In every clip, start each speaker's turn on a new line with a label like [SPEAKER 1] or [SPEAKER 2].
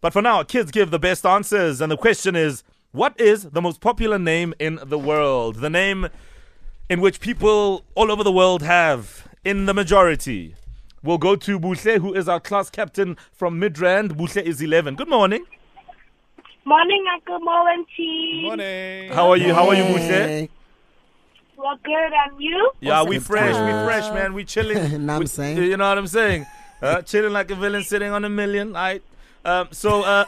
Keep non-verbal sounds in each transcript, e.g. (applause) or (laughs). [SPEAKER 1] But for now, kids give the best answers. And the question is what is the most popular name in the world? The name in which people all over the world have, in the majority. We'll go to Buse, who is our class captain from Midrand. Buse is 11. Good morning.
[SPEAKER 2] Morning, Uncle Mo and team.
[SPEAKER 3] Morning.
[SPEAKER 1] How are you? How are you, Buse?
[SPEAKER 4] Hey,
[SPEAKER 2] We're good, and you?
[SPEAKER 1] Yeah, we
[SPEAKER 4] Awesome.
[SPEAKER 1] fresh, we
[SPEAKER 4] Uh,
[SPEAKER 1] fresh, man. We
[SPEAKER 4] (laughs)
[SPEAKER 1] chilling.
[SPEAKER 4] Nah, I'm
[SPEAKER 1] We-
[SPEAKER 4] saying.
[SPEAKER 1] You know what I'm saying? Uh, chilling like a villain sitting on a million. I. Um, so uh,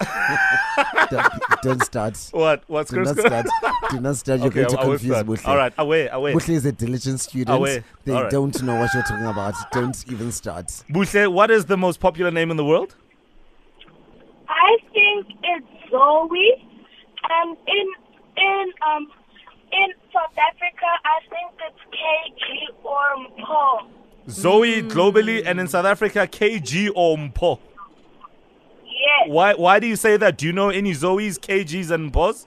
[SPEAKER 1] (laughs)
[SPEAKER 4] don't, don't start.
[SPEAKER 1] what? What's
[SPEAKER 4] Do
[SPEAKER 1] Chris?
[SPEAKER 4] not start. Do not start. You're going to
[SPEAKER 1] I will
[SPEAKER 4] confuse
[SPEAKER 1] start.
[SPEAKER 4] Butle.
[SPEAKER 1] All right, away, away.
[SPEAKER 4] Butle is a diligent student.
[SPEAKER 1] Away.
[SPEAKER 4] They
[SPEAKER 1] All right.
[SPEAKER 4] don't know what you're talking about. Don't even start.
[SPEAKER 1] Buse, what is the most popular name in the world?
[SPEAKER 2] I think it's Zoe. And in in um in South Africa, I think it's KG or Mpo.
[SPEAKER 1] Zoe
[SPEAKER 4] Hmm.
[SPEAKER 1] globally and in South Africa, KG or Mpo.
[SPEAKER 2] Yes.
[SPEAKER 1] Why? Why do you say that? Do you know any Zoes, KGs, and Mpos?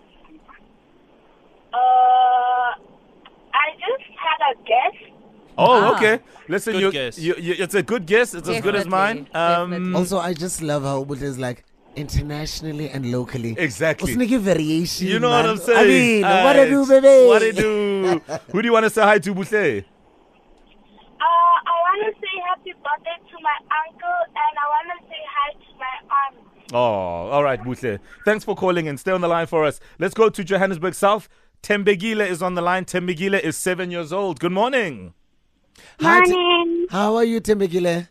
[SPEAKER 2] Uh, I just had a guess.
[SPEAKER 1] Oh,
[SPEAKER 5] Ah.
[SPEAKER 1] okay. Listen,
[SPEAKER 3] Good
[SPEAKER 1] you,
[SPEAKER 3] guess.
[SPEAKER 1] You, you, it's a good guess. It's as good as mine.
[SPEAKER 5] Definitely,
[SPEAKER 1] Um,
[SPEAKER 5] definitely.
[SPEAKER 4] Also, I just love how Butle is like internationally and locally.
[SPEAKER 1] Exactly.
[SPEAKER 4] Usiniki variation.
[SPEAKER 1] You know what
[SPEAKER 4] man.
[SPEAKER 1] I'm saying?
[SPEAKER 4] I mean, what
[SPEAKER 1] Aight.
[SPEAKER 4] do you do, baby?
[SPEAKER 1] What do you do? Who do you want to say hi to, Buse?
[SPEAKER 2] Uh, I want to say happy birthday to my uncle, and I want to say hi to my aunt.
[SPEAKER 1] Oh, all right, Buse. Thanks for calling and stay on the line for us. Let's go to Johannesburg South. Tembegile is on the line. Tembegile is seven years old. Good morning.
[SPEAKER 4] Hi, Te-
[SPEAKER 2] Morning.
[SPEAKER 4] How are you, Tembegile?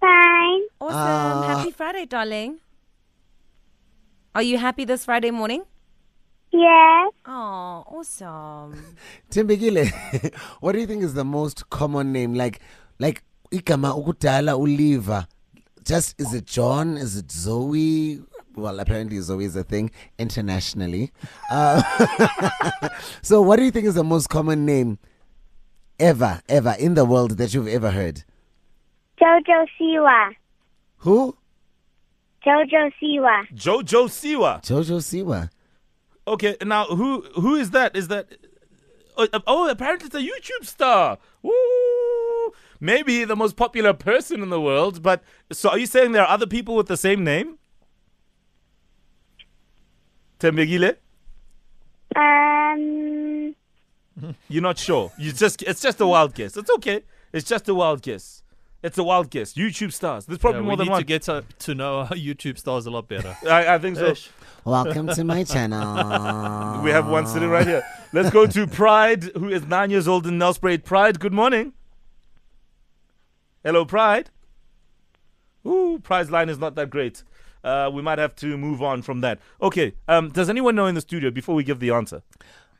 [SPEAKER 2] Fine.
[SPEAKER 5] Awesome.
[SPEAKER 4] Ah.
[SPEAKER 5] happy Friday, darling. Are you happy this Friday morning?
[SPEAKER 2] Yes.
[SPEAKER 5] Oh, awesome.
[SPEAKER 4] Tembegile, (laughs) what do you think is the most common name? Like, like igama ukudala uliva. Just is it John? Is it Zoe? Well, apparently Zoe is a thing internationally. Uh, (laughs) so, what do you think is the most common name ever, ever in the world that you've ever heard?
[SPEAKER 2] Jojo Siwa.
[SPEAKER 4] Who?
[SPEAKER 2] Jojo Siwa.
[SPEAKER 1] Jojo Siwa.
[SPEAKER 4] Jojo Siwa.
[SPEAKER 1] Okay, now who who is that? Is that oh, uh, oh apparently it's a YouTube star. Woo! Maybe the most popular person in the world, but so are you saying there are other people with the same name? Tembegile?
[SPEAKER 2] Um,
[SPEAKER 1] You're not sure. You just it's just a wild guess. It's okay. It's just a wild guess. It's a wild guess. YouTube stars. There's probably
[SPEAKER 3] Yeah, we
[SPEAKER 1] more than
[SPEAKER 3] need
[SPEAKER 1] one.
[SPEAKER 3] to get to, to know our (laughs) YouTube stars a lot better.
[SPEAKER 1] I, I think so.
[SPEAKER 3] Ish.
[SPEAKER 4] Welcome to my channel.
[SPEAKER 1] We have one sitting right here. Let's go to Pride, who is nine years old in Nelspruit. Pride, good morning. Hello, Pride. Ooh, Pride's line is not that great. Uh, we might have to move on from that. Okay. Um, does anyone know in the studio before we give the answer?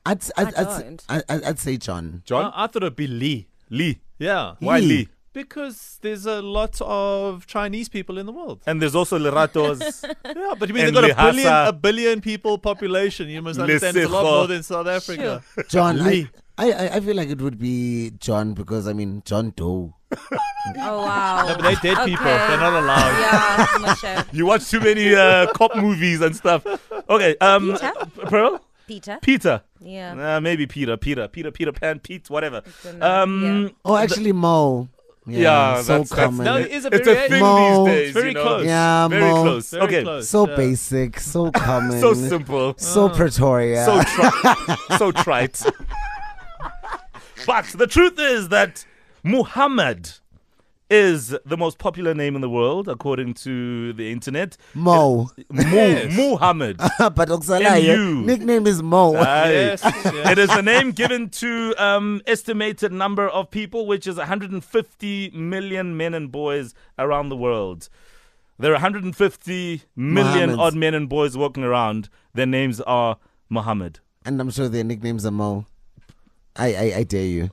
[SPEAKER 4] I'd, I'd,
[SPEAKER 5] I
[SPEAKER 4] I'd,
[SPEAKER 5] don't.
[SPEAKER 4] I'd, I'd say John.
[SPEAKER 1] John?
[SPEAKER 3] Uh, I, I thought it'd be Lee.
[SPEAKER 1] Lee.
[SPEAKER 3] Yeah.
[SPEAKER 1] Why
[SPEAKER 4] Lee.
[SPEAKER 1] Lee?
[SPEAKER 3] Because there's a lot of Chinese people in the world.
[SPEAKER 1] And there's also
[SPEAKER 3] (laughs)
[SPEAKER 1] Leratos.
[SPEAKER 3] Yeah, but I mean,
[SPEAKER 1] And
[SPEAKER 3] they've got a
[SPEAKER 1] Lhasa.
[SPEAKER 3] billion, a billion people population. You must understand it's a lot
[SPEAKER 1] Lesotho.
[SPEAKER 3] more than South Africa.
[SPEAKER 4] John, I,
[SPEAKER 1] Lee.
[SPEAKER 4] I, I- I feel like it would be John because I mean John Doe.
[SPEAKER 5] Oh, wow.
[SPEAKER 3] (laughs) No, but they're dead people.
[SPEAKER 5] Okay.
[SPEAKER 3] They're not (laughs) allowed.
[SPEAKER 5] yeah, uh, Moshe.
[SPEAKER 1] you watch too many uh, cop movies and stuff. Okay. Um,
[SPEAKER 5] Peter?
[SPEAKER 1] Pearl?
[SPEAKER 3] (laughs)
[SPEAKER 5] Peter?
[SPEAKER 1] Peter.
[SPEAKER 5] Yeah.
[SPEAKER 1] Uh, maybe Peter. Peter. Peter. Peter Pan. Pete. Whatever.
[SPEAKER 5] don't know.
[SPEAKER 1] Um,
[SPEAKER 4] Oh, actually Mo. Yeah,
[SPEAKER 1] Yeah,
[SPEAKER 4] so
[SPEAKER 1] that's- that's-
[SPEAKER 4] common,
[SPEAKER 3] No, it is a
[SPEAKER 1] it's a
[SPEAKER 3] variation.
[SPEAKER 1] thing
[SPEAKER 4] Mo.
[SPEAKER 1] these days.
[SPEAKER 3] It's very
[SPEAKER 1] you know?
[SPEAKER 3] close.
[SPEAKER 4] Yeah,
[SPEAKER 1] very
[SPEAKER 4] Mo.
[SPEAKER 1] close.
[SPEAKER 3] Very
[SPEAKER 1] okay,
[SPEAKER 3] close.
[SPEAKER 4] so
[SPEAKER 3] Yeah.
[SPEAKER 4] basic, so common,
[SPEAKER 1] (laughs) so simple, Uh,
[SPEAKER 4] so Pretoria.
[SPEAKER 1] so tri- so (laughs) trite. but the truth is that Muhammad is the most popular name in the world, according to the internet. (laughs)
[SPEAKER 4] Mo, (laughs)
[SPEAKER 1] Mu- Muhammad.
[SPEAKER 4] but Oxalaya,
[SPEAKER 1] M.U.
[SPEAKER 4] nickname is Mo.
[SPEAKER 1] Aye.
[SPEAKER 3] Yes, (laughs)
[SPEAKER 1] (laughs)
[SPEAKER 3] yes.
[SPEAKER 1] It is a name given to um, estimated number of people, which is 150 million men and boys around the world. There are 150 million
[SPEAKER 4] Mohammeds.
[SPEAKER 1] odd men and boys walking around. Their names are Muhammad.
[SPEAKER 4] and I'm sure their nicknames are Mo. I, I, I dare you.